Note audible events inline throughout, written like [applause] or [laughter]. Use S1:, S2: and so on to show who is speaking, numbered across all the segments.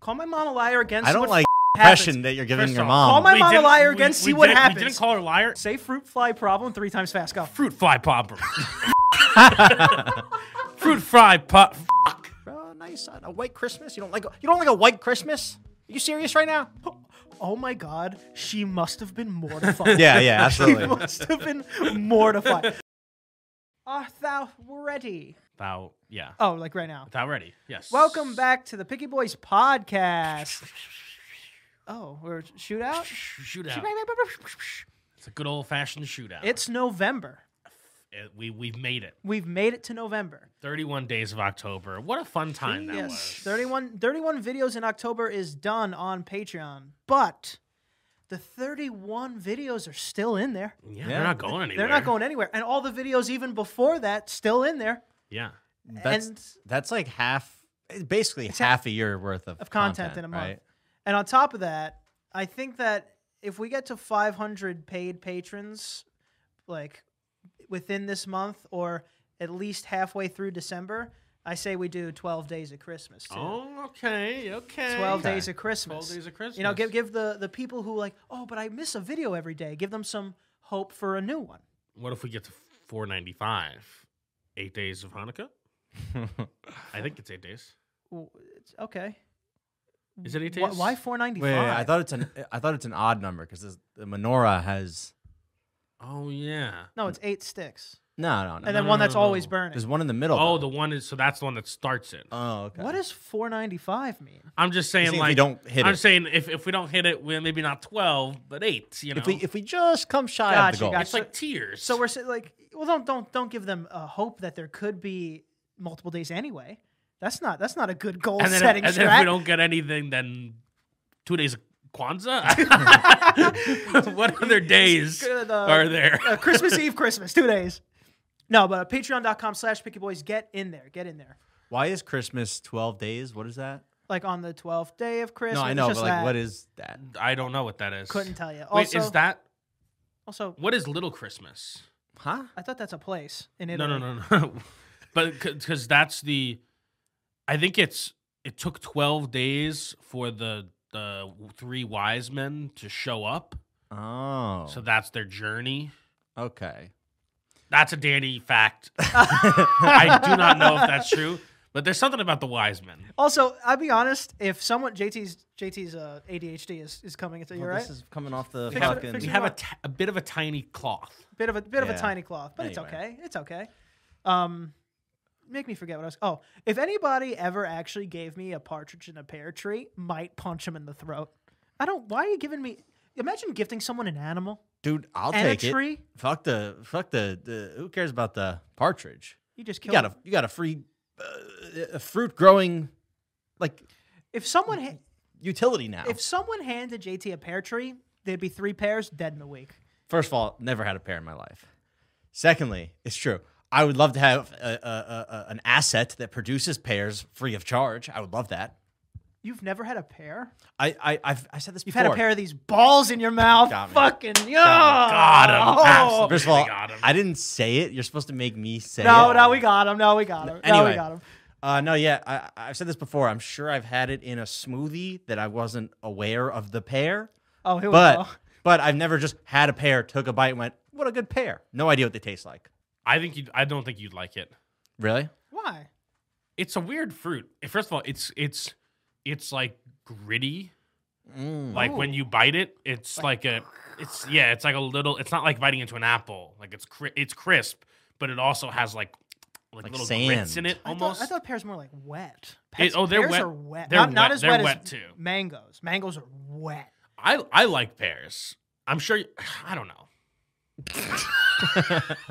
S1: Call my mom a liar again.
S2: I
S1: see
S2: don't
S1: what
S2: like
S1: f- happens.
S2: impression that you're giving
S3: First
S2: your
S3: off,
S2: mom.
S1: Call my
S3: We
S1: mom a
S3: didn't-
S1: liar
S3: we-
S1: again.
S3: we
S1: see what
S3: didn't-
S1: happens.
S3: We didn't call her a liar.
S1: Say fruit fly problem three times fast. Go.
S3: Fruit fly popper. [laughs] Fruit fry pop.
S2: Bro, nice son. A white Christmas? You don't like? You don't like a white Christmas? Are you serious right now?
S1: Oh my God, she must have been mortified.
S2: [laughs] Yeah, yeah,
S1: [laughs]
S2: absolutely.
S1: she must have been mortified. Art thou ready?
S3: Thou, yeah.
S1: Oh, like right now.
S3: Thou ready? Yes.
S1: Welcome back to the Picky Boys podcast. Oh, we're shootout.
S3: Shootout. It's a good old fashioned shootout.
S1: It's November.
S3: It- we we've made it.
S1: We've made it to November.
S3: 31 days of October. What a fun time that
S1: yes,
S3: was.
S1: 31, 31 videos in October is done on Patreon, but the 31 videos are still in there.
S3: Yeah, they're not going anywhere.
S1: They're not going anywhere. And all the videos even before that still in there
S3: Yeah.
S2: That's
S1: And-
S2: that's like half, it's basically half a year worth of,
S1: of content, in a month.
S2: right?
S1: And on top of that, I think that if we get to 500 paid patrons like within this month or at least halfway through December, I say we do 12 days of Christmas too.
S3: Oh, okay. Okay.
S1: 12
S2: Okay.
S1: days of Christmas.
S3: 12 days of Christmas.
S1: You know, give give the the people who like, "Oh, but I miss a video every day." Give them some hope for a new one.
S3: What if we get to 495? Eight days of Hanukkah?
S2: [laughs]
S3: I think it's eight days.
S1: W- it's- Okay.
S3: Is it eight
S1: Why,
S3: days?
S1: why 495?
S2: Wait, I thought it's an I thought it's an odd number because the menorah has
S3: Oh, yeah.
S1: No, it's 8 sticks.
S2: no, no, no.
S1: And then
S3: no,
S1: one
S3: no,
S1: that's
S3: no,
S1: always
S3: no.
S1: burning.
S2: There's one in the middle.
S3: Oh,
S2: though.
S3: the one is so that's the one that starts it.
S1: Uh,
S2: oh, okay.
S1: What does 495 mean?
S3: I'm just saying,
S2: saying if we
S3: like,
S2: don't hit
S3: I'm
S2: it.
S3: saying if, if we don't hit it, we're maybe not 12, but eight, you know?
S2: if we if we just come shy of
S1: Gotcha,
S2: the goal?
S1: gotcha.
S3: it's like tears.
S1: So we're sa- like, well, don't don't don't give them a hope that there could be multiple days anyway. That's not that's not a good goal
S3: and then,
S1: setting
S3: if, and then if we
S1: strat.
S3: don't get anything, then two days of
S1: [laughs]
S3: Kwanzaa? [laughs] what other days
S1: good, uh,
S3: are there?
S1: Uh, Christmas Eve, Christmas, two days. No, but uh, patreon.com slash picky boys, get in there. Get in there.
S2: Why is Christmas twelve days? What is that?
S1: Like on the 12th day of Christmas.
S2: no, I
S1: it's
S2: know, but
S1: just
S2: like,
S1: that.
S2: what is that?
S3: I don't know what that is.
S1: Couldn't tell you.
S3: Wait,
S1: Also,
S3: is that
S1: also,
S3: what is Little Christmas?
S2: Huh?
S1: I thought that's a place in
S3: No,
S1: Italy.
S3: no, no, no. [laughs] but because that's the, I think it's it took twelve days for the the three wise men to show up.
S2: Oh,
S3: So that's their journey.
S2: okay. [laughs]
S3: That's a Danny fact. I do not know if that's true, but there's something about the wise men.
S1: Also, I'll be honest. If someone JT's JT's uh, ADHD is, is coming into you,
S2: Well,
S1: right?
S2: This is coming off the
S1: Fix it-
S2: fucking.
S1: fix
S3: We
S1: it
S3: have a
S1: up.
S3: ti- a bit of a tiny cloth.
S1: bit of a bit of
S2: Yeah.
S1: a tiny cloth, but it's
S2: Anyway.
S1: okay. It's okay. Um, make me forget what I was. Oh, if anybody ever actually gave me a partridge in a pear tree, might punch him in the throat. I don't. Why are you giving me? Imagine gifting someone an animal.
S2: Dude, I'll
S1: and a
S2: take it.
S1: tree?
S2: Fuck the fuck the, the who cares about the partridge?
S1: You just
S2: You
S1: kill.
S2: got a you got a free uh, a fruit growing like
S1: if someone ha-
S2: utility now.
S1: if someone handed JT a pear tree, there'd be three pears dead in a week.
S2: First of all, never had a pair in my life. Secondly, it's true. I would love to have a, a, a, a- an asset that produces pairs free of charge. I would love that.
S1: You've never had a pear.
S2: I I I've, I said this
S1: You've
S2: before.
S1: had a pair of these balls in your mouth.
S2: Got me.
S1: Fucking yo.
S3: Got him.
S1: Oh.
S3: Absolutely
S2: First of all,
S3: got him.
S2: I didn't say it. You're supposed to make me say
S1: No,
S2: it.
S1: no, we got him. No, we got him. No, we
S2: Anyway.
S1: got him.
S2: Uh, no, yeah, I, I- I've said this before. I'm sure I've had it in a smoothie that I wasn't aware of the pear,
S1: Oh, here we
S2: but
S1: go. [laughs]
S2: but I've never just had a pear, took a bite, and went, "What a good pear!" No idea what they taste like.
S3: I think you. I don't think you'd like it.
S2: Really?
S1: Why?
S3: It's a weird fruit. Eh, First of all, it's it's it's like gritty. Like when you bite it, it's like, a, it's yeah, it's like a little. It's not like biting into an apple. Like it's cri- it's crisp, but it also has like like,
S2: Like
S3: little
S2: sand.
S3: grits in it
S1: I thought-
S3: almost.
S1: I thought, pears more like wet.
S3: It- oh, they're
S1: pears
S3: wet.
S1: Are wet.
S3: They're
S1: not, not
S3: wet.
S1: as
S3: They're
S1: wet,
S3: wet
S1: as
S3: too.
S1: mangoes. Mangoes are wet.
S3: I, I like pears. I'm sure. You, [sighs] I don't know.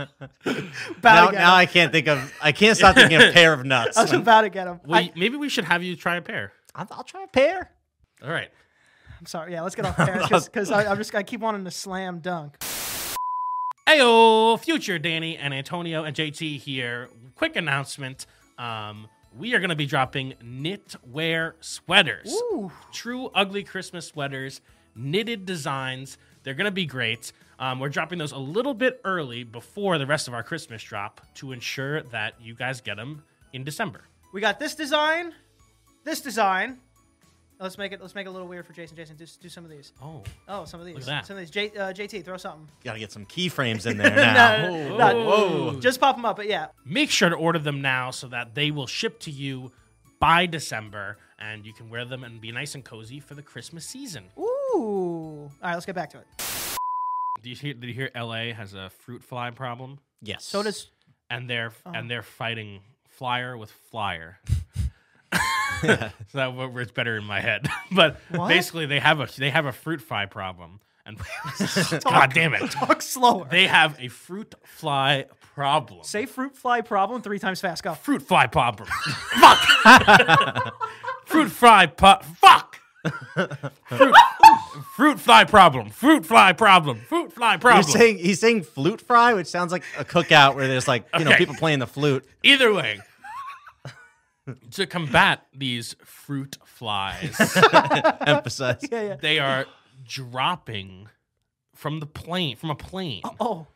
S1: About
S2: Now,
S1: to get
S2: now
S1: [laughs] him.
S2: I can't think of. I can't stop
S1: [laughs]
S2: thinking of pair of nuts.
S1: I was about to get him.
S3: Well,
S1: I,
S3: you- maybe we should have you try a pear.
S2: I'll, I'll try a pear.
S3: All right.
S1: am sorry. Yeah, let's
S2: [laughs]
S1: get off pears because I'm just I keep wanting to slam dunk.
S3: Ayo, future Danny and Antonio and JT here. Quick announcement. Um, we are going to be dropping knitwear sweaters.
S1: Ooh.
S3: True ugly Christmas sweaters, knitted designs. They're going to be great. Um, we're dropping those a little bit early before the rest of our Christmas drop to ensure that you guys get them in December.
S1: We got this design, this design, Let's make it. Let's make it a little weird for Jason. Jason, do, do some of these.
S3: Oh.
S1: Oh, some of these.
S3: that.
S1: Some of these. J, uh, JT, throw something.
S2: Gotta get some keyframes in there now.
S1: [laughs] No, no, no,
S2: Ah. Whoa,
S1: no.
S2: whoa.
S1: Just pop them up. But yeah,
S3: Make sure to order them now so that they will ship to you by December and you can wear them and be nice and cozy for the Christmas season.
S1: Ooh. All right, let's get back to it.
S3: Did you hear, did you hear LA has a fruit fly problem?
S2: Yes.
S1: So does
S3: and they're
S2: Oh.
S3: and they're fighting flyer with
S2: [laughs]
S3: flyer. [laughs] so that wo- works better in my head. [laughs] But basically, they have a they have a fruit fly problem. And [laughs] God damn it,
S1: talk slower.
S3: they have a fruit fly problem.
S1: Say fruit fly problem three times fast. Go.
S3: fruit fly problem. Fuck. [laughs] fruit fly po-
S2: [laughs]
S3: Fuck. Fruit, fruit fly problem. Fruit fly problem. Fruit fly problem.
S2: You're saying he's saying flute fry, which sounds like a cookout where there's like you know
S3: Okay.
S2: people playing
S1: [laughs]
S2: the flute. [laughs]
S3: Either way, [laughs] to combat these fruit flies,
S2: Emphasize.
S1: Yeah, yeah.
S3: they are dropping from the plane from a plane
S1: Oh,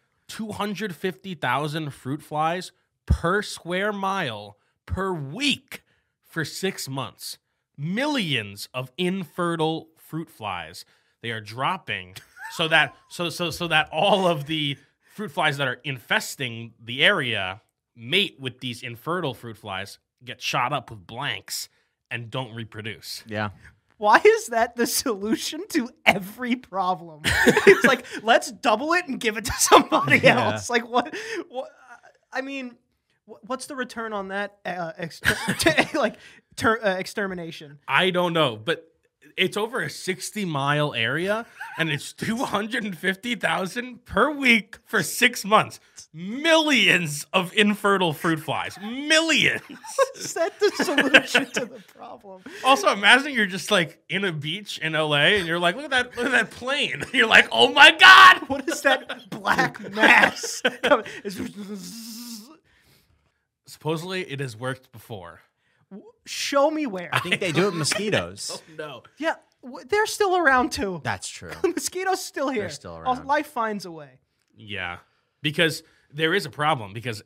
S3: 250,000 fruit flies per square mile per week for 6 months. Millions of infertile fruit flies they are dropping so that so so so that all of the fruit flies that are infesting the area mate with these infertile fruit flies get shot up with blanks and don't reproduce.
S2: Yeah.
S1: why is that the solution to every problem? [laughs] it's like let's double it and give it to [laughs] somebody
S2: Yeah.
S1: else. Like what? What? I mean, wh- what's the return on that? Uh, exter- [laughs] like ter- uh, extermination.
S3: I don't know, but it's over a 60 mile area and it's 250,000 per week for six months. Millions of infertile fruit flies. Millions.
S1: Is that the solution to the problem?
S3: also, imagine you're just like in a beach in LA and you're like, look at that, look at that plane. [laughs] You're like, oh my God.
S1: What is that black mass? [laughs] It's-
S3: Supposedly it has worked before.
S1: Show me where.
S2: I think they do it with
S1: [laughs]
S2: mosquitoes.
S3: No.
S1: Yeah, w- they're still around too.
S2: That's true.
S1: [laughs] The mosquitoes still here.
S2: still
S1: Al-
S2: around.
S1: Life finds a way.
S3: Yeah. Because there is a problem because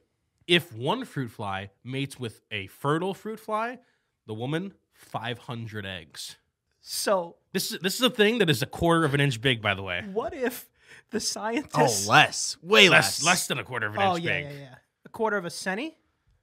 S3: if one fruit fly mates with a fertile fruit fly, the woman 500 eggs.
S1: So,
S3: This is this is a thing that is a quarter of an inch big, by the way.
S1: what if the
S2: Oh,
S1: scientists?
S2: less, way
S3: Less
S2: less.
S3: less than a quarter of an
S1: Oh,
S3: inch
S1: yeah,
S3: big.
S1: yeah, yeah. A quarter of a centi?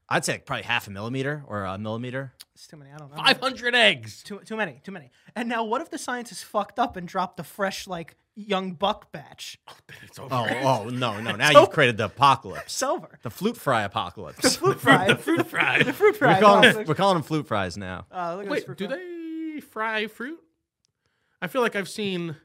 S2: I'd say probably half a millimeter or a millimeter.
S1: It's too many. I don't know.
S3: 500 eggs.
S1: Too, too many. Too many. And now, what if the scientists fucked up and dropped a fresh, like, young buck batch?
S3: It's over.
S2: Oh, oh no, no! [laughs] Now
S1: So-
S2: you've created the apocalypse,
S1: It's over.
S2: [laughs] the flute fry apocalypse.
S1: Fruit fry.
S3: The fruit [laughs] fry.
S1: The fruit fry.
S2: [laughs] We're calling,
S1: box.
S2: we're calling them flute fries now.
S1: Uh, look at this
S3: Wait,
S1: fruit
S3: do
S1: fry.
S3: they fry fruit? I feel like I've seen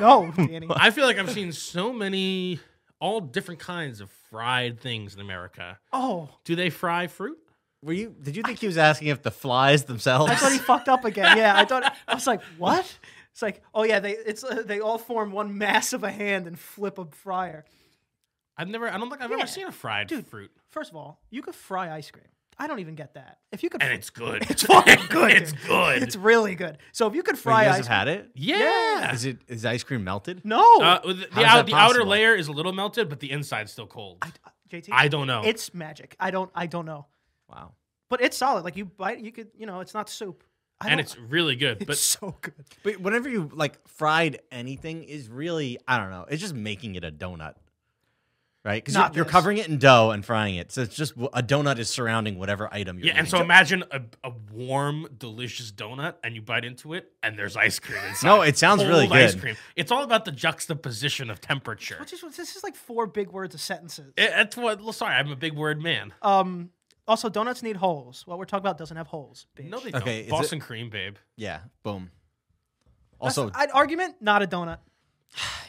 S1: No, Danny.
S3: I feel like I've seen so many all different kinds of fried things in America.
S1: Oh,
S3: Do they fry fruit?
S2: Were you? Did you think he was asking if the flies themselves?
S1: I thought
S2: [laughs]
S1: he fucked up again. Yeah, I thought I
S3: [laughs]
S1: was like, what? It's like, oh yeah, they it's uh, they all form one mass of a hand and flip a fryer.
S3: I've never I don't think I've
S1: Yeah.
S3: ever seen a fried
S1: Dude.
S3: fruit.
S1: First of all, you could fry ice cream. I don't even get that. If you could,
S3: And it's
S1: [laughs]
S3: good.
S1: It's
S3: [laughs]
S1: fucking good,
S3: it's
S1: dude.
S3: good.
S1: it's really good. So if you could
S2: Wait, you
S1: fry
S2: guys
S1: ice,
S2: have had it.
S3: yeah.
S2: Is it? Is ice cream melted?
S1: no,
S3: Uh,
S2: How
S3: the the,
S2: is
S3: out,
S2: that
S3: the outer
S2: possible?
S3: layer is a little melted, but the inside's still cold. I,
S1: JT,
S3: don't know.
S1: it's magic. I don't, I don't know,
S2: Wow.
S1: but it's solid. Like you bite, you could, you know, it's not soup. I
S3: and
S1: don't-
S3: it's really
S1: [laughs]
S3: good.
S1: it's
S3: But
S1: so good.
S2: But whenever you like fried anything is really I don't know. It's just making it a donut, right? Because you're,
S1: Not
S2: you're
S1: this.
S2: covering it in dough and frying it, so it's just a donut is surrounding whatever item you're.
S3: yeah, and so
S2: eating.
S3: imagine a, a warm, delicious donut, and you bite into it, and there's ice cream inside.
S2: no, it sounds really
S3: Cold Ice
S2: good.
S3: cream. It's all about the juxtaposition of temperature.
S1: Which is this is like four big words of sentences.
S3: It- That's what. well, Sorry, I'm a big word man.
S1: Um. Also, donuts need holes. What we're talking about doesn't have holes. Bitch.
S3: no,
S2: Okay,
S3: they
S2: is
S3: don't.
S2: it-
S3: Boston cream, babe.
S2: Yeah, boom.
S1: That's-
S2: Also,
S1: I'd argument not a donut.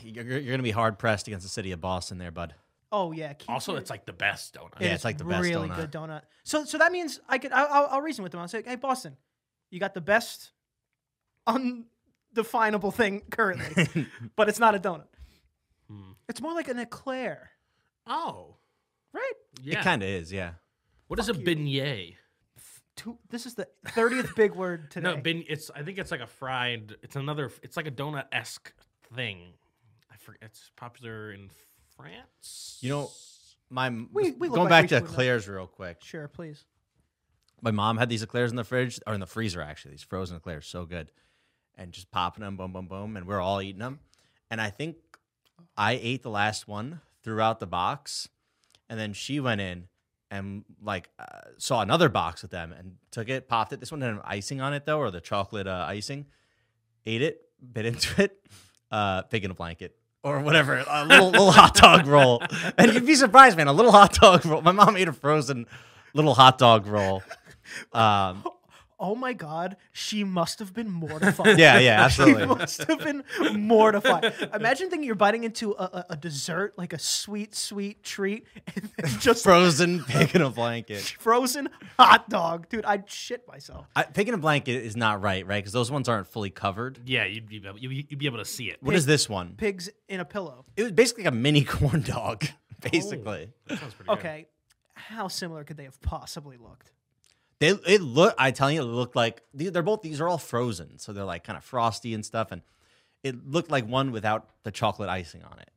S2: you're, you're gonna be hard pressed against the city of Boston, there, bud.
S1: Oh yeah. Keep
S3: Also, it's like the best donut.
S2: Yeah.
S1: It
S2: it's
S1: is
S2: like the best
S1: really
S2: donut.
S1: good donut. So so that means I could I, I'll, I'll reason with them. I'll say, hey Boston, you got the best undefinable thing
S2: [laughs]
S1: currently, but it's not a donut.
S3: Hmm.
S1: It's more like an eclair,
S3: Oh,
S1: right?
S3: yeah.
S2: It kind of is, yeah.
S3: what is a beignet?
S1: Two, this is the thirtieth big
S2: [laughs]
S1: word today.
S3: No, bin, it's. I think it's like a fried. It's another. It's like a donut esque thing. I forget. It's popular in France.
S2: You know, my
S1: We- we look like
S2: going back
S1: we
S2: to
S1: should know.
S2: eclairs real quick.
S1: sure, please.
S2: My mom had these eclairs in the fridge or in the freezer actually. These frozen eclairs, so good. and just popping them, boom, boom, boom, and we're all eating them. And I think I ate the last one, threw out the box, and then she went in and like uh, saw another box with them and took it, popped it. This one had an icing on it though, or the chocolate uh, icing. Ate it, bit into it, uh, big in a blanket. Or whatever, a little, little hot dog roll, and you'd be surprised, man. A little hot dog roll. My mom ate a frozen little hot dog roll. Um,
S1: Oh my god, she must have been mortified.
S2: Yeah, Oh, yeah,
S1: She [laughs]
S2: absolutely.
S1: must have been mortified. Imagine thinking you're biting into a, a, a dessert, like a sweet, sweet treat, and
S2: [laughs]
S1: then just
S2: [laughs] frozen pig in a blanket.
S1: frozen hot dog. Dude, I'd shit myself.
S2: I, pig in a blanket is not right, right? Because those ones aren't fully covered.
S3: Yeah, you'd be able, you'd you'd be able to see it.
S2: What is this one?
S1: Pigs in a pillow.
S2: It was basically a mini [laughs] corn dog, basically.
S3: That sounds pretty good.
S1: Okay, how similar could they have possibly looked?
S2: They it look. I tell you, it looked like the- they're both. These are all frozen, so they're like kind of frosty and stuff. And it looked like one without the chocolate icing on it.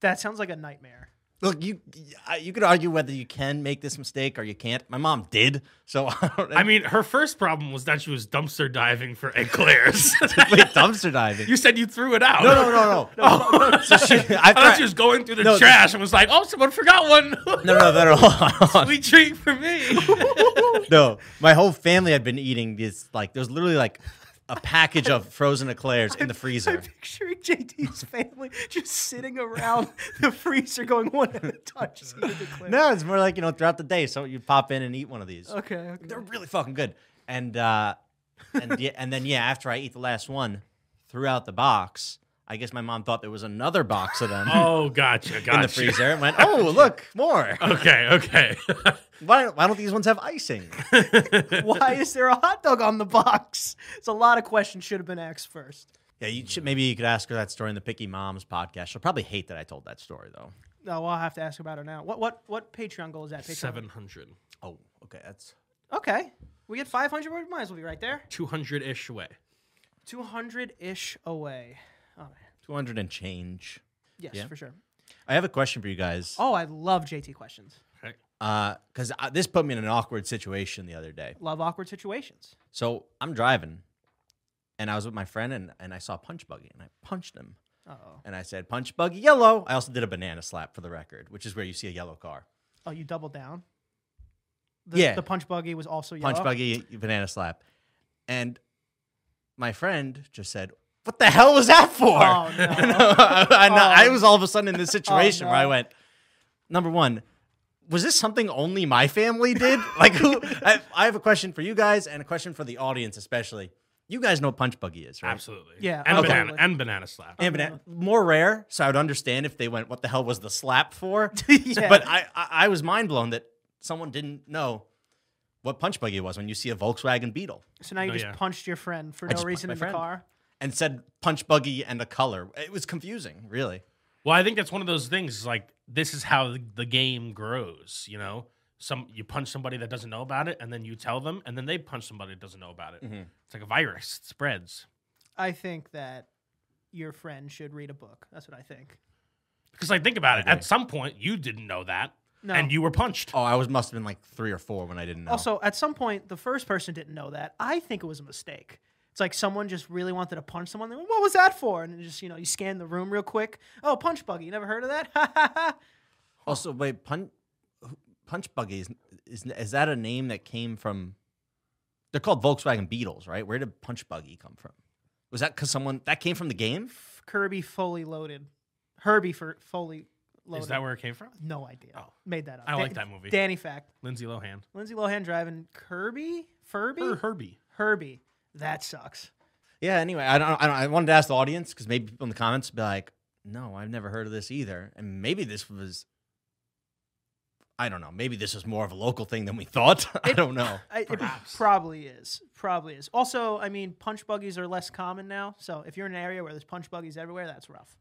S1: That sounds like a nightmare. [laughs]
S2: Look, you I- you could argue whether you can make this mistake or you can't. My mom did, so [laughs] I don't.
S3: I mean, her first problem was that she was dumpster diving for
S2: [laughs]
S3: eclairs. [laughs]
S2: Wait, dumpster diving.
S3: you said you threw it
S2: [laughs]
S3: out.
S2: no, no, no, [laughs] no. So she-
S3: I
S2: I've
S3: thought
S2: tried-
S3: she was going through the
S2: No,
S3: trash and was like, "Oh, someone forgot one. [laughs]
S2: no, no, [laughs] no, no. Hold on.
S3: we treat
S2: [laughs]
S3: for me."
S2: no, my whole family had been eating this. Like, there's literally like a package of frozen eclairs in the freezer. [laughs]
S1: I'm picturing JD's family just sitting around [laughs] the freezer going one at a time. Just eating the clip.
S2: No, it's more like you know throughout the day. So you pop in and eat one of these.
S1: Okay, okay.
S2: [laughs] They're really fucking good. And uh, and yeah, and then yeah, after I eat the last one, threw out the box. I guess my mom thought there was another box of [laughs] them
S3: oh, gotcha, gotcha.
S2: in the freezer. And went, oh look, [laughs] more.
S3: Okay, okay. [laughs]
S2: Why, why don't these ones have icing?
S1: Why is there a hot dog on the box? It's a lot of questions should have been asked first.
S2: Yeah, you should, maybe you could ask her that story in the Picky Moms podcast. She'll probably hate that I told that story though.
S1: No, Oh, I'll have to ask about her now. What what what Patreon goal is that? Patreon?
S3: Seven hundred.
S2: Oh, okay, that's
S1: Okay, we get five hundred. We might as well be right there.
S3: 200 ish away.
S1: Two hundred ish away. Oh man,
S2: two hundred and change.
S1: yes,
S2: Yeah.
S1: for sure.
S2: I have a question for you guys.
S1: Oh, I love JT questions.
S3: Okay.
S2: Because I this put me in an awkward situation the other day.
S1: Love awkward situations.
S2: So I'm driving and I was with my friend and, and I saw Punch Buggy and I punched him.
S1: Oh,
S2: And I said, Punch Buggy, yellow. I also did a banana slap for the record, which is where you see a yellow car.
S1: oh, you doubled down. The,
S2: Yeah.
S1: The punch buggy was also yellow.
S2: Punch Buggy, banana slap. And my friend just said, What the hell was that for?
S1: Oh, no.
S2: And [laughs] I, and
S1: [laughs]
S2: I
S1: Oh.
S2: was all of a sudden in this situation where I
S1: no.
S2: went, Number one, was this something only my family did? [laughs] Like, who? I, I have a question for you guys and a question for the audience, especially. You guys know what Punch Buggy is, right?
S3: Absolutely.
S1: Yeah,
S3: And,
S1: okay.
S3: banana, and banana slap.
S2: And banana, more rare, so I would understand if they went, "What the hell was the slap for?"
S1: [laughs] Yeah.
S2: But I, I, I was mind blown that someone didn't know what punch buggy was when you see a Volkswagen Beetle
S1: So now you
S3: No,
S1: just
S3: yeah.
S1: punched your friend for
S2: Oh, I
S1: no
S2: just punched
S1: reason
S2: my
S1: in the
S2: friend.
S1: car.
S2: and said punch buggy and a color. It was confusing, really.
S3: Well, I think that's one of those things. Like this is how the- the game grows. You know, some you punch somebody that doesn't know about it, and then you tell them, and then they punch somebody that doesn't know about it. It's like a virus; it spreads.
S1: I think that your friend should read a book. That's what I think.
S3: Because like think about it,
S2: agree.
S3: at some point you didn't know that,
S1: No.
S3: and you were punched.
S2: Oh, I was must have been like three or four when I didn't know.
S1: Also, at some point, the first person didn't know that. I think it was a mistake. It's like someone just really wanted to punch someone. They went, what was that for? And it just you know, you scan the room real quick. Oh, punch buggy. You never heard of that? [laughs] Ha ha ha.
S2: also wait, punch punch buggy is, is is that a name that came from? They're called Volkswagen Beetles, right? Where did punch buggy come from? Was that because someone that came from the game?
S1: Kirby fully loaded. Herbie for fully loaded.
S3: Is that where it came from?
S1: No idea.
S3: Oh.
S1: Made that up.
S3: I like that movie.
S1: Danny fact.
S3: Lindsay Lohan
S1: Lindsay Lohan driving Kirby? Furby?
S3: or Herbie?
S1: Herbie. That sucks.
S2: Yeah. Anyway, I don't. I, don't, I wanted to ask the audience because maybe people in the comments be like, "No, I've never heard of this either," and maybe this was. I don't know. Maybe this was more of a local thing than we thought. [laughs] I
S1: It-
S2: don't know.
S1: I, it
S3: Perhaps.
S1: probably is. Probably is. Also, I mean, punch buggies are less common now. So if you're in an area where there's punch buggies everywhere, that's rough.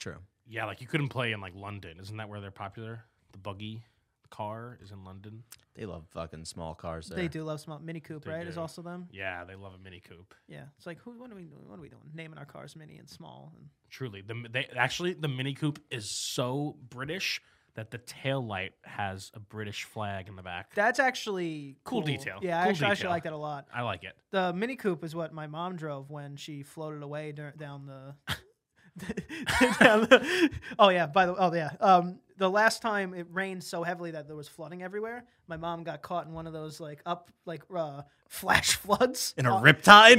S2: True.
S3: Yeah, like you couldn't play in like London. Isn't that where they're popular? The buggy car is in London.
S2: They love fucking small cars. There.
S1: They do love small Mini Coop,
S3: They
S1: right? Is
S3: do.
S1: also them.
S3: Yeah, they love a Mini Coupe.
S1: Yeah. It's like, who? What are we doing? What are we doing? Naming our cars Mini and small. And
S3: Truly, the they actually the Mini Coupe is so British that the tail light has a British flag in the back.
S1: That's actually
S3: Cool detail.
S1: Yeah, I
S3: Cool
S1: actually, I actually
S3: detail.
S1: like that a lot.
S3: I like it.
S1: The Mini Coupe is what my mom drove when she floated away dur- down the. [laughs] down the- oh yeah! By the oh yeah, um, the last time it rained so heavily that there was flooding everywhere, my mom got caught in one of those like up like uh, flash [laughs] floods
S2: in a
S1: Uh,
S2: riptide.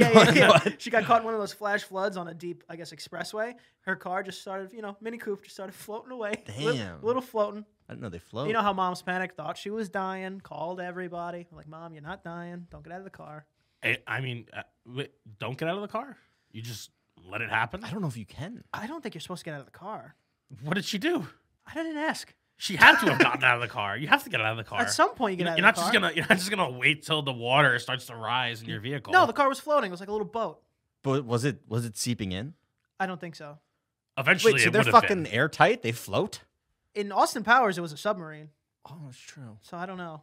S1: [laughs] yeah, yeah,
S2: Like,
S1: yeah.
S2: [laughs] what?
S1: She got caught in one of those flash floods on a deep, I guess, expressway. Her car just started, you know, Mini Coupe just started floating away. Li-
S2: Damn.
S1: little floating.
S2: I didn't know they
S3: Oh.
S2: float.
S1: You know how mom's panic thought she was dying, called everybody. like, Mom, you're not dying. Don't get out of the car.
S3: I, I mean, uh, wait, don't get out of the car. You just let it happen.
S2: I don't know if you can.
S1: I don't think you're supposed to get out of the car.
S3: [laughs] What did she do?
S1: I didn't ask.
S3: She had to have gotten out of the car. You have to get out of the car.
S1: At some point, you get
S3: you know,
S1: out of
S3: you're not
S1: the
S3: just
S1: car.
S3: gonna you're not just gonna wait till the water starts to rise in your vehicle.
S1: No, the car was floating. It was like a little boat.
S2: But was it was it seeping in?
S1: I don't think so.
S3: eventually
S2: Wait, so
S3: it
S2: they're
S3: would have
S2: fucking
S3: been.
S2: airtight? They float?
S1: In Austin Powers, it was a submarine.
S2: Oh, that's true.
S1: So I don't know.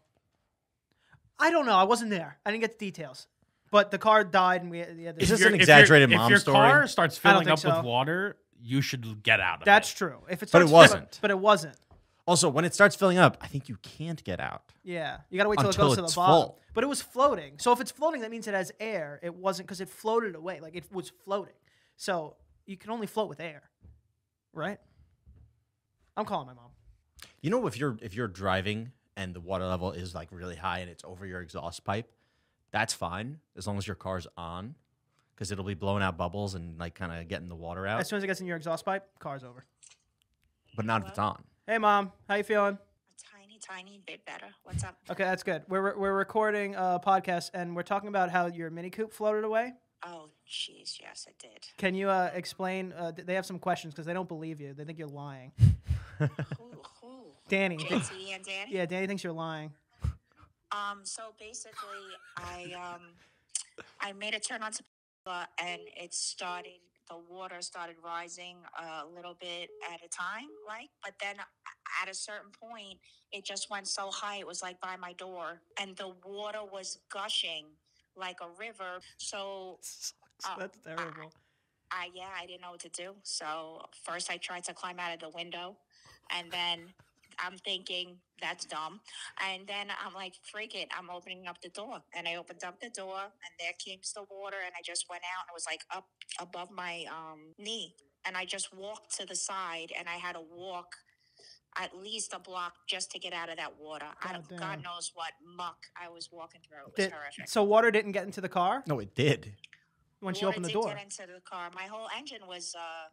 S1: I don't know. I wasn't there. I didn't get the details. But the car died, and we had, we had
S2: Is
S1: to-
S2: this
S3: Your-
S2: an
S3: if your-
S2: exaggerated mom
S3: if your
S2: story?
S3: car starts
S1: I don't
S3: filling up
S1: think so.
S3: with water, you should get out of
S1: That's
S3: it.
S1: true. If it
S2: But it
S1: starts
S2: wasn't.
S1: but it wasn't.
S2: Also, when it starts filling up, I think you can't get out.
S1: Yeah, you gotta wait till
S2: Until
S1: it goes
S2: it's
S1: to the bottom.
S2: full.
S1: But it was floating. So if it's floating, that means it has air. It wasn't because it floated away. Like it was floating. So you can only float with air, right? I'm calling my mom.
S2: You know, if you're if you're driving and the water level is like really high and it's over your exhaust pipe, that's fine as long as your car's on, because it'll be blowing out bubbles and like kind of getting the water out.
S1: As soon as it gets in your exhaust pipe, car's over.
S2: but not if it's on.
S1: Hey mom, how you feeling?
S4: A tiny, tiny bit better. What's up?
S1: Okay, that's good. We're we're recording a podcast and we're talking about how your mini coupe floated away.
S4: Oh, jeez, yes, it
S1: [laughs]
S4: did.
S1: Can you uh, explain? Uh, th- they have some questions because they don't believe you. They think you're lying.
S4: Ooh, ooh.
S1: Danny, th-
S4: JT and Danny.
S1: yeah, Danny thinks you're lying.
S4: Um, so basically, I um, I made a turn onto Pula, and it started. The water started rising a little bit at a time, like. But then, a- at a certain point, it just went so high it was like by my door, and the water was gushing like a river.
S1: [laughs]
S4: So Uh,
S1: That's terrible.
S4: I yeah, I didn't know what to do. So first I tried to climb out of the window and then I'm thinking that's dumb. And then I'm like, freak it, I'm opening up the door. And I opened up the door and there came the water and I just went out and it was like up above my um knee. And I just walked to the side and I had to walk at least a block just to get out of that water. I
S1: God
S4: don't,
S1: damn.
S4: God knows what muck I was walking through. It was
S1: Did-
S4: horrific.
S1: so water didn't get into the car
S2: No, it did.
S1: when she
S4: Water
S1: opened the
S4: did
S1: door.
S4: Get into the car. My whole engine was uh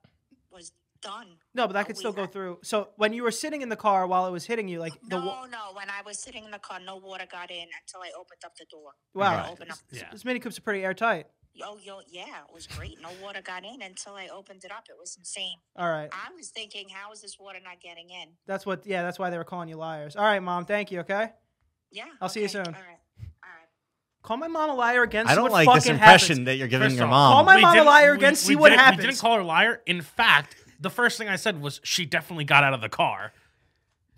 S4: was done.
S1: No, but that
S4: Oh,
S1: could
S4: we
S1: still go
S4: had-
S1: through. So when you were sitting in the car while it was hitting you, like the
S4: no,
S1: wa-
S4: no. When I was sitting in the car, no water got in until I opened up the door.
S1: wow,
S2: Right.
S1: s-
S4: Open up.
S1: s-
S3: Yeah.
S1: this mini coupes are pretty airtight.
S4: Yo, yo, yeah, it was great. No water got in until I opened it up. It was insane.
S1: All right,
S4: I was thinking, how is this water not getting in?
S1: that's what. Yeah, that's why they were calling you liars. All right, mom, thank you. Okay,
S4: Yeah.
S1: I'll see you
S4: okay,
S1: soon.
S4: All right. All right.
S1: call my mom a liar again.
S2: I
S1: see
S2: don't
S1: what
S2: like
S1: fucking
S2: this impression
S1: happens.
S2: that you're giving
S3: First
S2: your
S3: off,
S2: mom.
S1: Call my
S3: we
S1: mom a
S3: didn't-
S1: liar
S3: we-
S1: again,
S3: we
S1: see what
S3: didn't- We
S1: happens.
S3: didn't call her a liar. In fact, the first thing I said was she definitely got out of the car.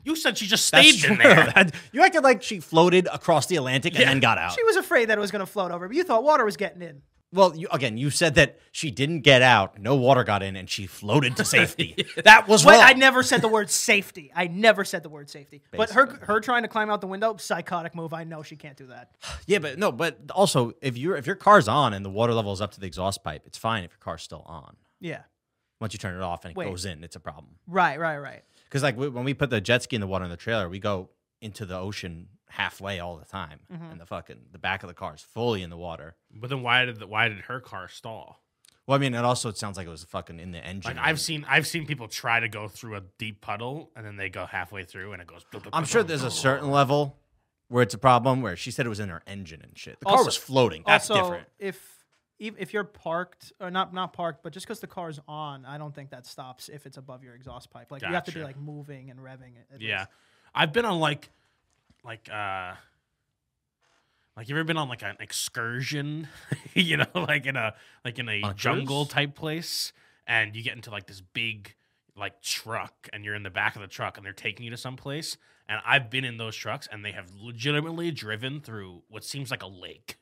S3: You said she just
S2: That's
S3: stayed in
S2: true.
S3: there.
S2: [laughs] That- you acted like she floated across the Atlantic
S3: Yeah.
S2: and then got out.
S1: She was afraid that it was going to float over, but you thought water was getting in.
S2: well, you, again, you said that she didn't get out, no water got in, and she floated to
S3: [laughs]
S2: safety. that was
S1: What?
S2: wrong.
S1: I never said the word safety. I never said the word safety. But her her trying to climb out the window, psychotic move. I know she can't do
S2: [sighs]
S1: that.
S2: Yeah, but no, but also if your if your car's on and the water level is up to the exhaust pipe, it's fine if your car's still on.
S1: Yeah.
S2: Once you turn it off and it
S1: Wait.
S2: goes in, it's a problem.
S1: Right. Right. Right.
S2: Because like we, when we put the jet ski in the water in the trailer, we go into the ocean halfway all the time,
S3: Mm-hmm.
S2: and the fucking the back of the car is fully in the water.
S3: But then why did the, why did her car stall?
S2: Well, I mean, it also sounds like it was fucking in the engine.
S3: Like I've seen I've seen people try to go through a deep puddle and then they go halfway through and it goes.
S2: I'm sure there's a certain level where it's a problem. Where she said it was in her engine and shit. The car
S1: Also-
S2: was floating. That's
S1: also,
S2: different.
S1: If ev- if you're parked or not not parked, but just because the car's on, I don't think that stops if it's above your exhaust pipe. Like you have to be
S3: Gotcha.
S1: like moving and revving it. at
S3: Yeah,
S1: least.
S3: I've been on like, like, uh, like you ever been on like an excursion, [laughs] you know, like in a like in a
S2: On a
S3: jungle
S2: cruise?
S3: type place, and you get into like this big like truck, and you're in the back of the truck, and they're taking you to some place. And I've been in those trucks, and they have legitimately driven through what seems like a lake,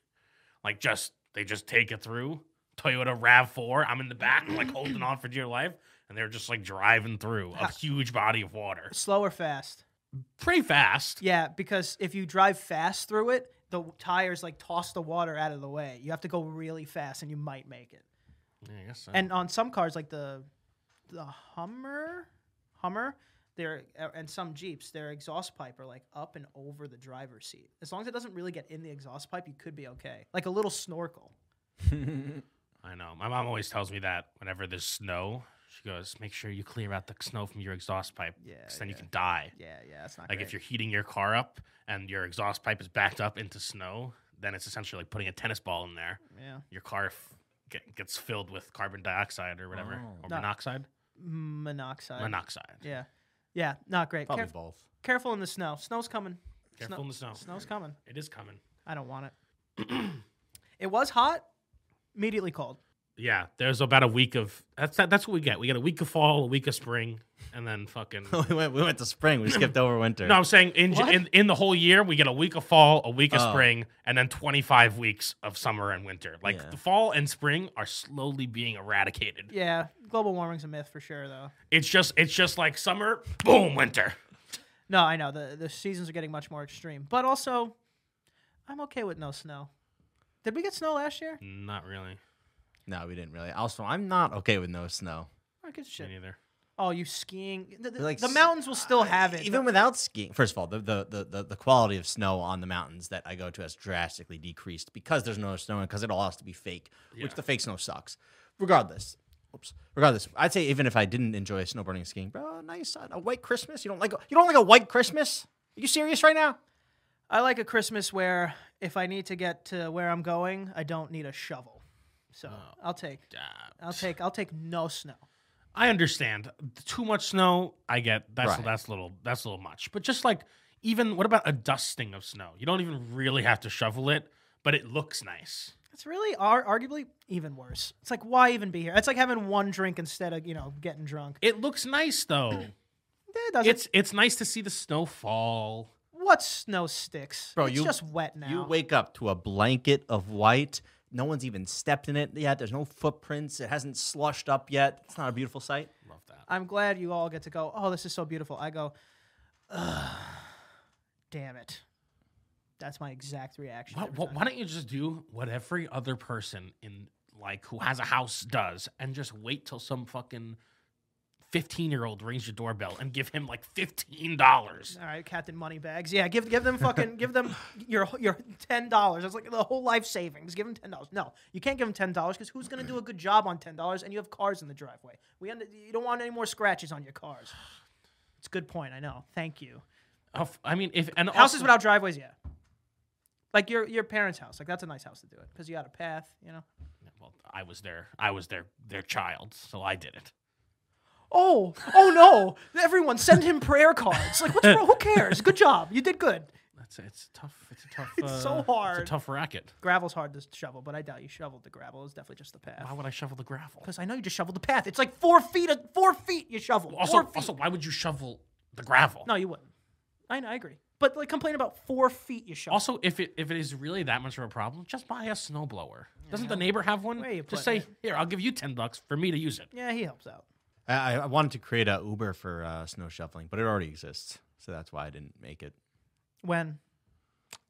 S3: like just they just take it through Toyota Rav4. I'm in the back, like holding on for dear life. And they're just like driving through a huge body of water.
S1: Slow or fast?
S3: Pretty fast.
S1: Yeah, because if you drive fast through it, the tires like toss the water out of the way. You have to go really fast, and you might make it.
S3: Yeah, I guess so.
S1: And on some cars, like the the Hummer, Hummer, they're uh, and some Jeeps, their exhaust pipe are like up and over the driver's seat. As long as it doesn't really get in the exhaust pipe, you could be okay. Like a little snorkel. [laughs]
S3: I know. My mom always tells me that whenever there's snow, she goes, make sure you clear out the snow from your exhaust pipe.
S1: Yeah,
S3: 'cause then you
S1: yeah.
S3: can die.
S1: Yeah, yeah, that's not
S3: Like
S1: great.
S3: if you're heating your car up and your exhaust pipe is backed up into snow, then it's essentially like putting a tennis ball in there.
S1: yeah.
S3: Your car f- get, gets filled with carbon dioxide or whatever,
S2: Oh.
S3: or
S1: No.
S3: monoxide.
S1: monoxide.
S3: monoxide.
S1: Yeah, yeah, not great.
S2: Probably
S1: Caref-
S2: both.
S1: careful in the snow. Snow's coming.
S3: Careful in the snow.
S1: Snow's coming.
S3: It is coming.
S1: I don't want it. it [clears throat] was hot. Immediately cold.
S3: Yeah, there's about a week of that's that, that's what we get. We get a week of fall, a week of spring, and then fucking.
S2: [laughs] we went. We went to spring. We skipped over winter.
S3: No, I'm saying in,
S1: What?
S3: in in the whole year we get a week of fall, a week of
S2: Oh.
S3: spring, and then 25 weeks of summer and winter. Like
S2: Yeah.
S3: the fall and spring are slowly being eradicated.
S1: Yeah, global warming's a myth for sure, though.
S3: It's just it's just like summer, boom, winter.
S1: No, I know the the seasons are getting much more extreme, but also, I'm okay with no snow. Did we get snow last year?
S3: Not really.
S2: no, we didn't really. Also, I'm not okay with no snow.
S1: I could shit.
S3: Me neither.
S1: Oh, you skiing? The, the-
S2: Like
S1: the
S2: s- uh,
S1: mountains will still have it.
S2: Even without skiing, first of all, the, the, the, the, the quality of snow on the mountains that I go to has drastically decreased because there's no snow and because it all has to be fake, which
S3: Yeah.
S2: the fake snow sucks. Regardless, oops, regardless, I'd say even if I didn't enjoy snowboarding and skiing, bro, nice on a white Christmas. You don't like you don't like a white Christmas? Are you serious right now?
S1: I like a Christmas where if I need to get to where I'm going, I don't need a shovel. So
S2: Oh,
S1: I'll take,
S3: Uh,
S1: I'll take, I'll take no snow.
S3: I understand. Too much snow, I get. That's
S2: Right.
S3: that's a little that's a little much. But just like even what about a dusting of snow? You don't even really have to shovel it, but it looks nice.
S1: It's really ar- arguably even worse. It's like why even be here? It's like having one drink instead of you know getting drunk.
S3: It looks nice though.
S1: It doesn't.
S3: it's it's nice to see the snow fall.
S1: what snow sticks?
S2: Bro,
S1: it's
S2: you-
S1: just wet now.
S2: You wake up to a blanket of white. No one's even stepped in it yet. There's no footprints. It hasn't slushed up yet. It's not a beautiful sight.
S3: Love that.
S1: I'm glad you all get to go. Oh, this is so beautiful. I go, Ugh, damn it. That's my exact reaction.
S3: Why,
S1: every
S3: why,
S1: time.
S3: why don't you just do what every other person in like who has a house does and just wait till some fucking 15 year old rings your doorbell and give him like $15
S1: All right, Captain Moneybags. Yeah, give give them fucking give them your your ten dollars. That's like the whole life savings. Give them ten dollars. No, you can't give them ten dollars because who's gonna do a good job on ten dollars? And you have cars in the driveway. We under, you don't want any more scratches on your cars. It's a good point. I know. Thank you.
S3: Oh, f- i mean if and
S1: Houses
S3: also-
S1: without driveways, yeah. Like your your parents' house. Like that's a nice house to do it because you got a path. You know.
S3: well i was their i was their their child so i did it
S1: Oh, oh no! Everyone, send him prayer cards. Like, what's wrong? Who cares? Good job. You did good.
S3: that's it's a tough [laughs] it's a tough
S1: It's so
S3: uh,
S1: hard.
S3: it's a tough racket
S1: Gravel's hard to shovel, but I doubt you shoveled the gravel. It's definitely just the
S3: why
S1: path.
S3: would i shovel the gravel
S1: Because I know you just shoveled the path. It's like four feet. Of, four feet you shoveled. four
S3: also
S1: feet.
S3: also why would you shovel the gravel
S1: no, you wouldn't. I know. I agree. But like, complain about four feet you shoveled.
S3: Also, if it if it is really that much of a problem, just buy a snowblower. Doesn't the neighbor have one?
S1: Where you
S3: just say,
S1: putting
S3: here, I'll give you ten bucks for me to use it.
S1: yeah, he helps out.
S2: I, I wanted to create a Uber for uh, snow shuffling, but it already exists, so that's why I didn't make it.
S1: When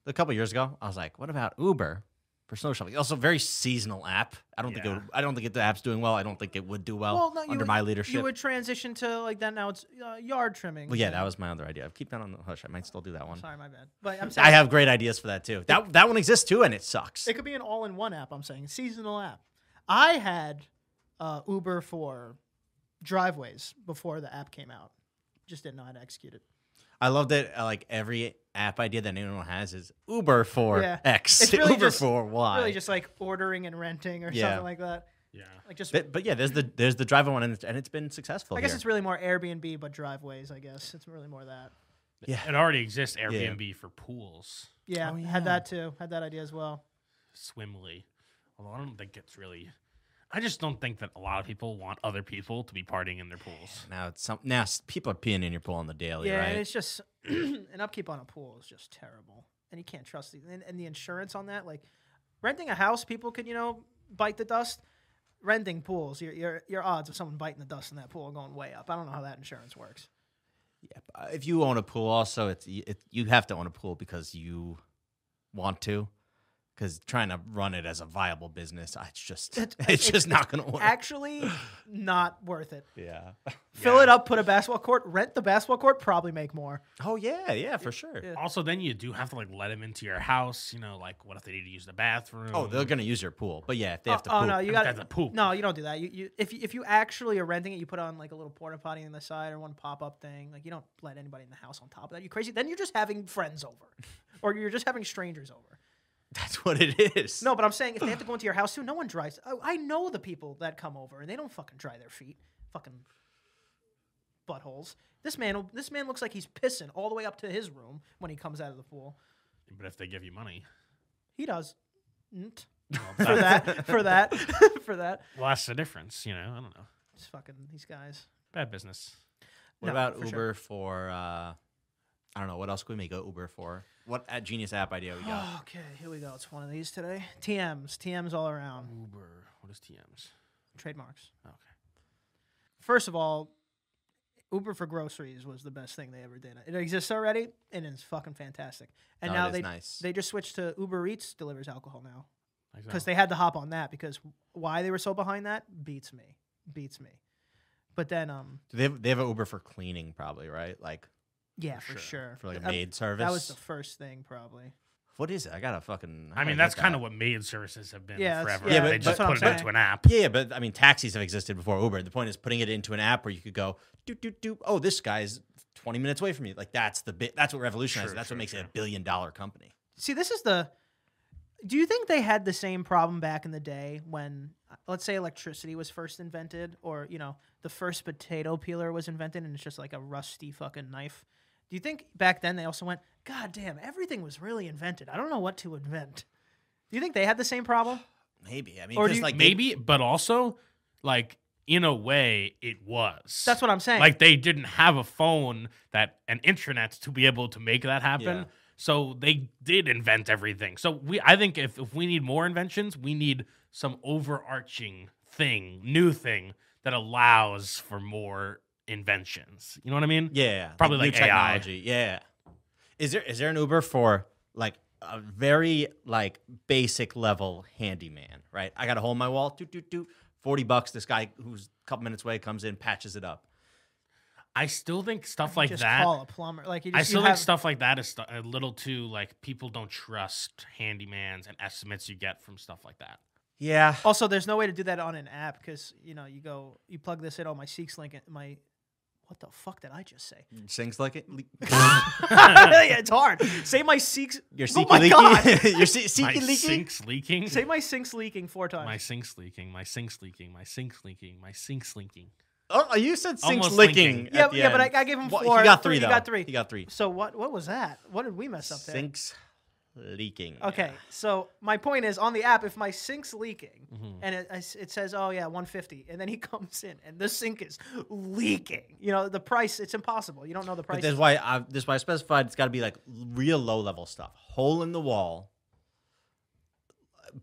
S2: A couple years ago, I was like, "What about Uber for snow shuffling?" Also, very seasonal app. I don't think it
S3: Yeah.
S2: would, I don't think it, the app's doing well. I don't think it would do well,
S1: well, no, you
S2: Oh, under
S1: would-
S2: my leadership.
S1: you would transition to like that. Now it's uh, yard trimming.
S2: well, yeah, that was my other idea. Keep that on the hush. I might still do that one.
S1: Sorry, my bad. But I'm saying
S2: [laughs] I have great ideas for that too. That that one exists too, and it sucks.
S1: It could be an all-in-one app. I'm saying seasonal app. I had uh, Uber for driveways before the app came out. Just didn't know how to execute it.
S2: I love that. Uh, like every app idea that anyone has is Uber for
S1: Yeah.
S2: X, [laughs]
S1: It's really
S2: Uber
S1: just-
S2: for Y.
S1: Really, just like ordering and renting or
S2: Yeah.
S1: something like that.
S3: Yeah.
S1: Like just.
S2: but, but yeah, there's the there's the driver one, and it's, and it's been successful.
S1: I guess
S2: here.
S1: it's really more Airbnb, but driveways. I guess it's really more that.
S2: Yeah.
S3: It already exists Airbnb for pools,
S1: Yeah,
S2: Oh,
S1: had
S2: yeah.
S1: that too. Had that idea as well.
S3: swimly. Although I don't think it's really I just don't think that a lot of people want other people to be partying in their pools.
S2: Now it's some now s- people are peeing in your pool on the daily,
S1: yeah,
S2: right?
S1: and it's just [clears throat] an upkeep on a pool is just terrible, and you can't trust the and, and the insurance on that. Like renting a house, people could you know bite the dust. renting pools, your your your odds of someone biting the dust in that pool are going way up. I don't know how that insurance works.
S2: Yeah, but, uh, if you own a pool, also it's y- it, you have to own a pool because you want to. Because trying to run it as a viable business, I- it's just
S1: It-
S2: [laughs] it's
S1: it's
S2: just not going to work.
S1: Actually, not worth it.
S2: yeah.
S1: Fill it up, put a basketball court, rent the basketball court, probably make more.
S2: Oh yeah, yeah, for sure.
S1: yeah.
S3: Also, then you do have to like let them into your house. You know, like what if they need to use the bathroom?
S2: Oh, they're going to use your pool, but yeah, if they have to.
S1: oh,
S2: poop.
S1: no, you
S3: If
S1: got
S3: that's a poop.
S1: No, you don't do that. You, you if you, if you actually are renting it, you put on like a little porta potty on the side or one pop up thing. Like you don't let anybody in the house on top of that. You crazy? Then you're just having friends over, or you're just having strangers over.
S2: [laughs] That's what it is.
S1: No, but I'm saying if they have to go into your house too, no one dries. I, I know the people that come over and they don't fucking dry their feet. Fucking buttholes. This man, will- this man looks like he's pissing all the way up to his room when he comes out of the pool.
S3: But if they give
S1: [laughs]
S3: you money,
S1: He does. N't.
S3: well,
S1: For
S3: that-
S1: that, for that, [laughs] for that.
S3: well, that's the difference. You know, I don't know.
S1: It's fucking these guys.
S3: Bad business.
S2: What
S1: No,
S2: about
S1: for
S2: Uber
S1: sure.
S2: for? Uh, I don't know. What else could we make a Uber for? What uh, genius app idea we got?
S1: okay, here we go. It's one of these today. TMs, TMs all around.
S3: Uber. What is TMs?
S1: Trademarks.
S3: Okay.
S1: First of all, Uber for groceries was the best thing they ever did. It exists already, and it's fucking fantastic. [gasps] And
S2: No,
S1: now
S2: Oh, it is
S1: they
S2: nice.
S1: they just switched to Uber Eats delivers alcohol now
S3: Like
S1: because
S3: that.
S1: they had to hop on that because why they were so behind that beats me, beats me. But then, um,
S2: Do they have, they have an Uber for cleaning, probably right? Like
S1: yeah,
S3: For
S1: for, sure.
S3: sure.
S2: for like a
S1: Um,
S2: maid service.
S1: That was the first thing, probably.
S2: what is it? I got to fucking.
S3: I
S2: gotta
S3: mean, that's
S2: get
S3: kind
S2: that.
S3: of what maid services have been
S1: Yeah, that's-
S3: forever.
S1: yeah,
S3: they
S2: but-
S1: that's
S3: just
S1: what
S3: put it
S1: I'm
S3: into
S1: saying.
S3: an app.
S2: Yeah, yeah, but I mean, taxis have existed before Uber. The point is putting it into an app where you could go, do do do. Oh, this guy's twenty minutes away from you. Like that's the bit. That's what revolutionized. it.
S3: True,
S2: That's
S3: true,
S2: what makes it a
S3: true.
S2: billion dollar company.
S1: See, this is the. Do you think they had the same problem back in the day when, let's say, electricity was first invented, or you know, the first potato peeler was invented, and it's just like a rusty fucking knife? Do you think back then they also went, God damn, everything was really invented. I don't know what to invent. Do you think they had the same problem?
S2: Maybe. I mean,
S1: Or do
S2: because
S1: you-
S2: like they-
S3: Maybe, but also, like in a way, it was.
S1: That's what I'm saying.
S3: Like they didn't have a phone that an intranet to be able to make that happen.
S2: Yeah.
S3: So they did invent everything. So we I think if, if we need more inventions, we need some overarching thing, new thing that allows for more inventions. You know what I mean?
S2: Yeah, yeah,
S3: Probably
S2: new
S3: like AI.
S2: technology. Yeah. Is there is there an Uber for like a very like basic level handyman? Right. I got a hole in my wall. Doot doot doot. Forty bucks. This guy who's a couple minutes away comes in, patches it up.
S3: I still think stuff like
S1: just
S3: that.
S1: call a plumber. Like you just,
S3: I still
S1: you
S3: think
S1: have,
S3: stuff like that is stu- a little too like people don't trust handymans and estimates you get from stuff like that.
S2: Yeah.
S1: Also, there's no way to do that on an app because you know you go, you plug this in. Oh, my Seeks link, in- my. What the fuck did I just say?
S2: Sings like it.
S3: [laughs]
S2: le-
S3: Oh
S1: [laughs] yeah, it's hard. Say my sinks.
S2: Your
S1: oh
S2: seeky
S1: my
S2: [laughs]
S1: god.
S2: leaky. Your se-
S3: my
S2: seeky leaky.
S3: sink's leaking.
S1: Say my sinks leaking four times.
S3: My sink's leaking. My sink's leaking. My sink's leaking. My sink's leaking.
S2: Oh, you said sinks
S3: Almost
S2: licking.
S3: linking.
S1: yeah,
S2: at the
S1: yeah, but
S2: end.
S1: I, I gave him
S2: Well,
S1: four.
S2: he got three
S1: You
S2: though.
S1: got three.
S2: He got three.
S1: So what? What was that? What did we mess up there?
S2: Sinks leaking.
S1: Okay, so my point is on the app, if my sink's leaking
S3: Mhm.
S2: Mm-hmm.
S1: and it, I s- it says, oh yeah, 150, and then he [laughs] comes in and the sink is leaking, you know, the price, it's impossible. You don't know the price.
S2: But that's why I this why I specified it's got to be like real low level stuff. Hole in the wall.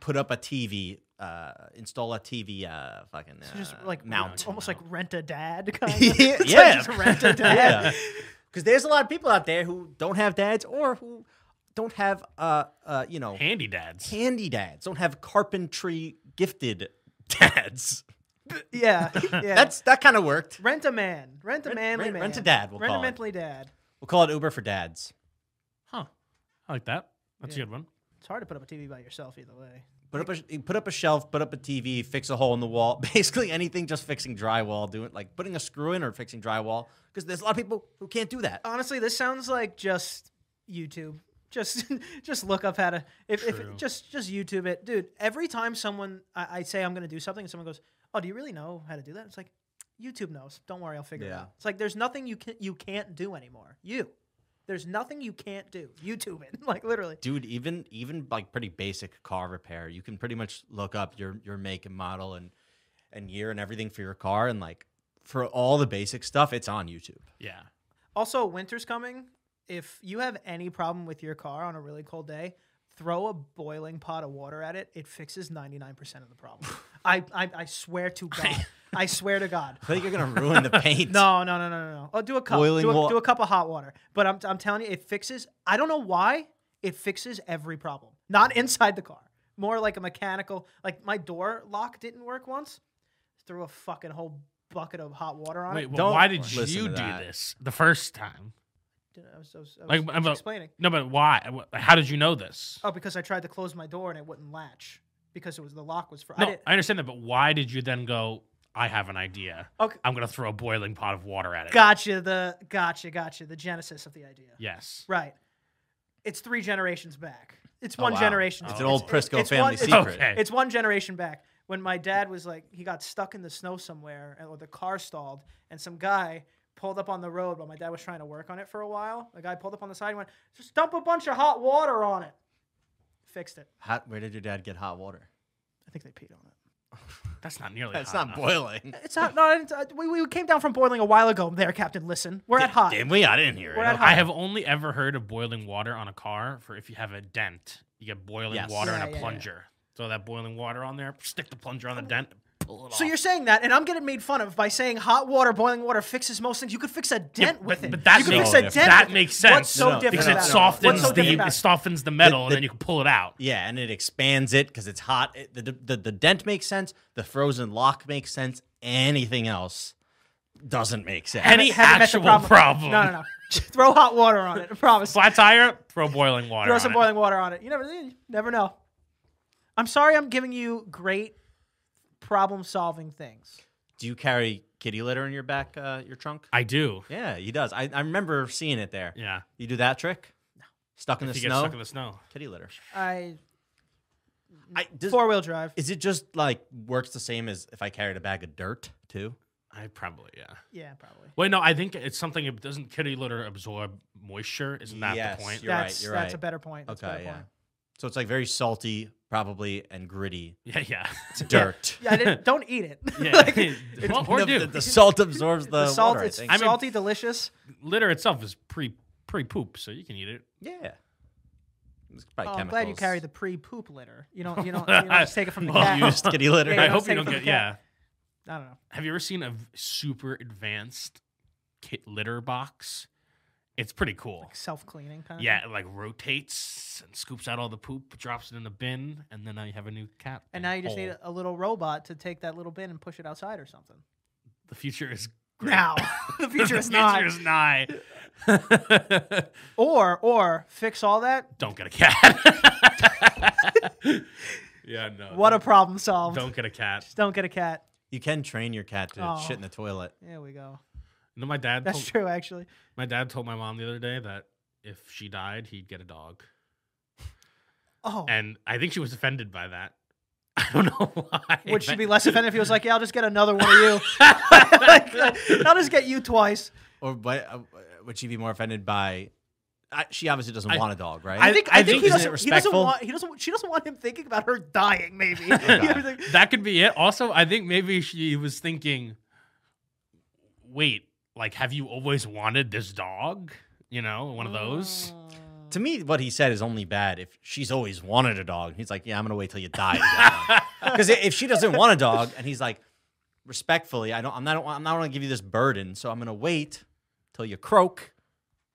S2: Put up a TV. Uh, install a TV. Uh, fucking uh,
S1: So just like
S2: mount.
S1: almost like
S3: mount.
S1: rent a
S2: [laughs]
S1: dad kind of.
S2: Yeah,
S1: [laughs] It's like
S2: yeah.
S1: just rent a
S2: [laughs] yeah,
S1: dad.
S2: because there's a lot of people out there who don't have dads or who don't have uh, uh you know
S3: Handy dads.
S2: handy dads, don't have carpentry gifted [laughs] dads.
S1: Yeah, [laughs] yeah.
S2: That's that kind of worked.
S1: Rent a man. Rent a
S2: Rent-
S1: manly
S2: rent-
S1: man.
S2: rent a dad, we'll
S1: rent
S2: call
S1: a
S2: it.
S1: mentally dad.
S2: We'll call it Uber for dads.
S3: Huh. I like that. That's
S1: Yeah.
S3: a good one.
S1: It's hard to put up a TV by yourself either way.
S2: Put up a put up a shelf, put up a TV, fix a hole in the wall. [laughs] Basically anything, just fixing drywall, doing like putting a screw in or fixing drywall. Because there's a lot of people who can't do that.
S1: Honestly, this sounds like just YouTube. Just [laughs] just look up how to if, if
S3: True.
S1: just just YouTube it, dude. Every time someone I, I say I'm gonna do something, and someone goes, "Oh, do you really know how to do that?" It's like YouTube knows. Don't worry, I'll figure it
S2: Yeah.
S1: out. It's like there's nothing you can you can't do anymore. You. There's nothing you can't do. YouTube it, [laughs] like literally.
S2: Dude, even even like pretty basic car repair, you can pretty much look up your your make and model and and year and everything for your car and like for all the basic stuff, it's on YouTube.
S3: Yeah.
S1: Also, winter's coming. If you have any problem with your car on a really cold day, throw a boiling pot of water at it, it fixes 99% of the
S2: [laughs]
S1: problem. I, I, I swear to God. [laughs] I swear to
S2: [laughs]
S1: God.
S2: I think you're gonna
S1: [laughs]
S2: ruin the paint.
S1: No, no, no, no, no, no. Oh, do a cup.
S2: Boiling
S1: do, a,
S2: wa-
S1: do a cup of hot water. But I'm, I'm telling you, it fixes. I don't know why it fixes every problem. Not [laughs] inside the car. More like a mechanical. Like my door lock didn't work once. Threw a fucking whole bucket of hot water on
S3: Wait,
S1: it.
S3: well,
S2: Don't
S3: why did
S2: listen
S3: you
S2: to
S3: do
S2: that.
S3: this the first time?
S1: I was, I was, I was
S3: Like, I'm a-
S1: explaining.
S3: No, but why? Wh- How did you know this?
S1: Oh, because I tried to close my door and it wouldn't latch because it was the lock was. Fr- I
S3: No,
S1: didn't,
S3: I understand that, but why did you then go? I have an idea.
S1: okay,
S3: I'm gonna throw a boiling pot of water at it.
S1: gotcha. The gotcha, gotcha. The genesis of the idea.
S3: Yes.
S1: Right. It's three generations back. It's
S2: Oh,
S1: one
S2: wow.
S1: generation.
S2: It's
S1: back.
S2: an old Prisco
S1: it's
S2: family
S1: one- it's-
S2: secret.
S3: Okay.
S1: It's one generation back when my dad was like he got stuck in the snow somewhere and or the car stalled and some guy pulled up on the road while my dad was trying to work on it for a while. The guy pulled up on the side and went, "Just dump a bunch of hot water on it." Fixed it.
S2: How, where did your dad get hot water?
S1: I think they peed on it.
S3: That's not nearly.
S2: That's
S3: hot
S2: not
S3: enough.
S2: boiling.
S1: It's not. No, it's, uh, we, we came down from boiling a while ago. There, Captain. Listen, we're at hot.
S2: Did we? I didn't hear
S1: We're
S2: it.
S1: at
S3: I
S1: hot.
S3: have only ever heard of boiling water on a car for if you have a dent. You get boiling
S2: Yes.
S3: water
S1: Yeah,
S3: and
S1: yeah,
S3: a
S1: yeah.
S3: plunger. Throw that boiling water on there. Stick the plunger on the dent. Pull it
S1: So
S3: off.
S1: you're saying that, and I'm getting made fun of by saying hot water, boiling water fixes most things. You could fix a dent
S3: but-
S1: with it.
S3: but that
S1: you could
S2: makes-
S1: fix a
S2: no,
S1: dent.
S3: that
S1: with it.
S3: makes
S1: What's
S3: sense.
S1: so
S2: No, no,
S1: different
S3: because
S1: about
S3: it
S2: What's
S3: softens
S1: What's so
S3: the
S1: different about
S3: it
S1: it?
S3: softens the metal, and
S2: the-
S3: then you can pull it out.
S2: Yeah, and it expands it because it's hot. It- the, the the dent makes sense. The frozen lock makes sense. Anything else doesn't make sense.
S3: Any
S1: Haven't met the
S3: actual problem.
S1: No, no, [laughs] no. Throw hot water on it. I promise.
S3: Flat tire. Throw boiling water.
S1: Throw
S3: on
S1: some
S3: it.
S1: boiling water on it. You never, you never know. I'm sorry, I'm giving you great problem-solving things.
S2: Do you carry kitty litter in your back uh, your trunk?
S3: I do.
S2: Yeah, he does. I, I remember seeing it there.
S3: Yeah.
S2: You do that trick? No. Stuck in
S3: If
S2: the
S3: you get
S2: snow.
S3: stuck in the snow.
S2: kitty litter.
S1: I
S2: I, does,
S1: four-wheel drive.
S2: is it just like works the same as if I carried a bag of dirt too?
S3: I probably yeah.
S1: Yeah, probably.
S3: Wait, no, I think it's something. It doesn't kitty litter absorb moisture? Isn't that
S2: Yes,
S3: the point?
S2: You're right,
S1: that's
S2: you're
S1: that's a
S2: right.
S1: better point. That's a
S2: okay,
S1: better
S2: yeah.
S1: point.
S2: So it's like very salty, probably, and gritty
S3: [laughs] Yeah, yeah,
S2: [laughs] dirt.
S1: Yeah, I didn't, don't eat it.
S3: [laughs] yeah.
S1: [laughs] Like,
S3: [laughs] well, or
S2: the,
S3: do
S2: the, the salt absorbs the,
S1: the salt,
S2: water. I
S1: it's
S2: think.
S3: I'm- mean-
S1: salty, delicious.
S3: [laughs] litter itself is pre pre poop, so you can eat it.
S2: yeah. It's probably
S1: Oh, I'm glad you
S2: chemicals. [laughs]
S1: carry the pre-poop litter. You don't. You don't. You don't just take it from the
S3: [laughs] Well,
S1: cat.
S3: you-
S2: used kitty litter.
S1: Yeah,
S3: I
S1: don't
S3: hope you
S1: take
S3: don't
S1: from
S3: get
S1: the
S3: yeah.
S1: cat. I don't know.
S3: Have you ever seen a v- super advanced kit litter box? It's pretty cool.
S1: Like self-cleaning kind of.
S3: Yeah, it like rotates and scoops out all the poop, drops it in a bin, and then now you have a new cat.
S1: And
S3: thing.
S1: now you just need
S3: Hole.
S1: a, a little robot to take that little bin and push it outside or something.
S3: the future is great. [laughs]
S1: Now [laughs] the future
S3: the
S1: is not.
S3: Future is
S1: [laughs]
S3: nigh.
S1: Or or fix all that.
S3: don't get a cat. [laughs] yeah, no.
S1: What a problem solved.
S3: don't get a cat.
S1: [laughs] Just don't get a cat.
S2: You can train your cat to
S1: Oh.
S2: shit in the toilet.
S1: There we go.
S3: You know, my dad.
S1: That's
S3: Told,
S1: true, actually.
S3: my dad told my mom the other day that if she died, he'd get a dog.
S1: Oh,
S3: and I think she was offended by that. [laughs] I don't know [laughs] why.
S1: would she
S3: but-
S1: be less offended [laughs] if he was like, "Yeah, I'll just get another one of you. Like, uh,
S3: [laughs]
S1: I'll just get you twice."
S2: Or but, uh, would she be more offended by? I, she obviously doesn't
S3: I-
S2: want a dog, right?
S1: I think I,
S3: I
S1: think,
S3: think-
S1: he
S2: isn't
S1: doesn't. He
S2: it
S1: doesn't
S2: respectful?
S1: want. He doesn't. She doesn't want him thinking about her dying. Maybe. [laughs]
S3: [laughs] That could be it. Also, I think maybe she was thinking, wait, like, have you always wanted this dog? You know, one of those.
S1: Mm.
S2: to me, what he said is only bad if she's always wanted a dog. He's like, yeah, I'm gonna wait till you
S1: Mm.
S3: [laughs]
S2: die.
S1: [laughs]
S2: Because if she doesn't want a dog, and he's like, respectfully, I don't, I'm not, I'm not gonna give you this burden, so I'm gonna wait till you croak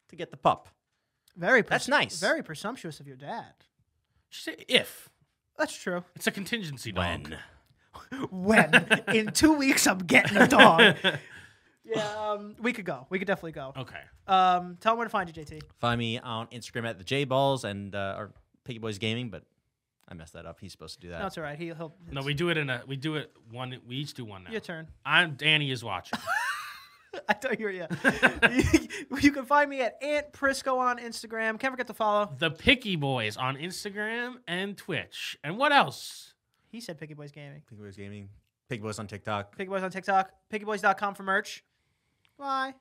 S2: to get the pup.
S1: Very.
S2: That's
S1: pres-
S2: nice.
S1: Very presumptuous of your dad.
S3: She said, if
S1: That's true.
S3: it's a contingency dog.
S2: When?
S1: [laughs] When in two weeks I'm getting a
S3: [laughs]
S1: dog. yeah. Um, we could go. We could definitely go.
S3: Okay. Uh,
S1: Um, tell him where to find you, JT.
S2: Find me on Instagram at the J Balls and uh, or Piggy Boys Gaming, but I messed that up. He's supposed to do that.
S1: No, it's all right. He, he'll.
S3: No, we do it in a. We do it one. We each do one now.
S1: Your turn. [laughs]
S3: I'm Danny is watching. [laughs]
S1: I don't hear [laughs] you. you can find me at Aunt Prisco on Instagram. Can't forget to follow.
S3: the Picky Boys on Instagram and Twitch. And what else?
S1: He said Piggy Boys Gaming.
S2: Piggy Boys Gaming, Piggy Boys on TikTok.
S1: Piggy Boys on TikTok. Piggyboys.com for merch. Bye.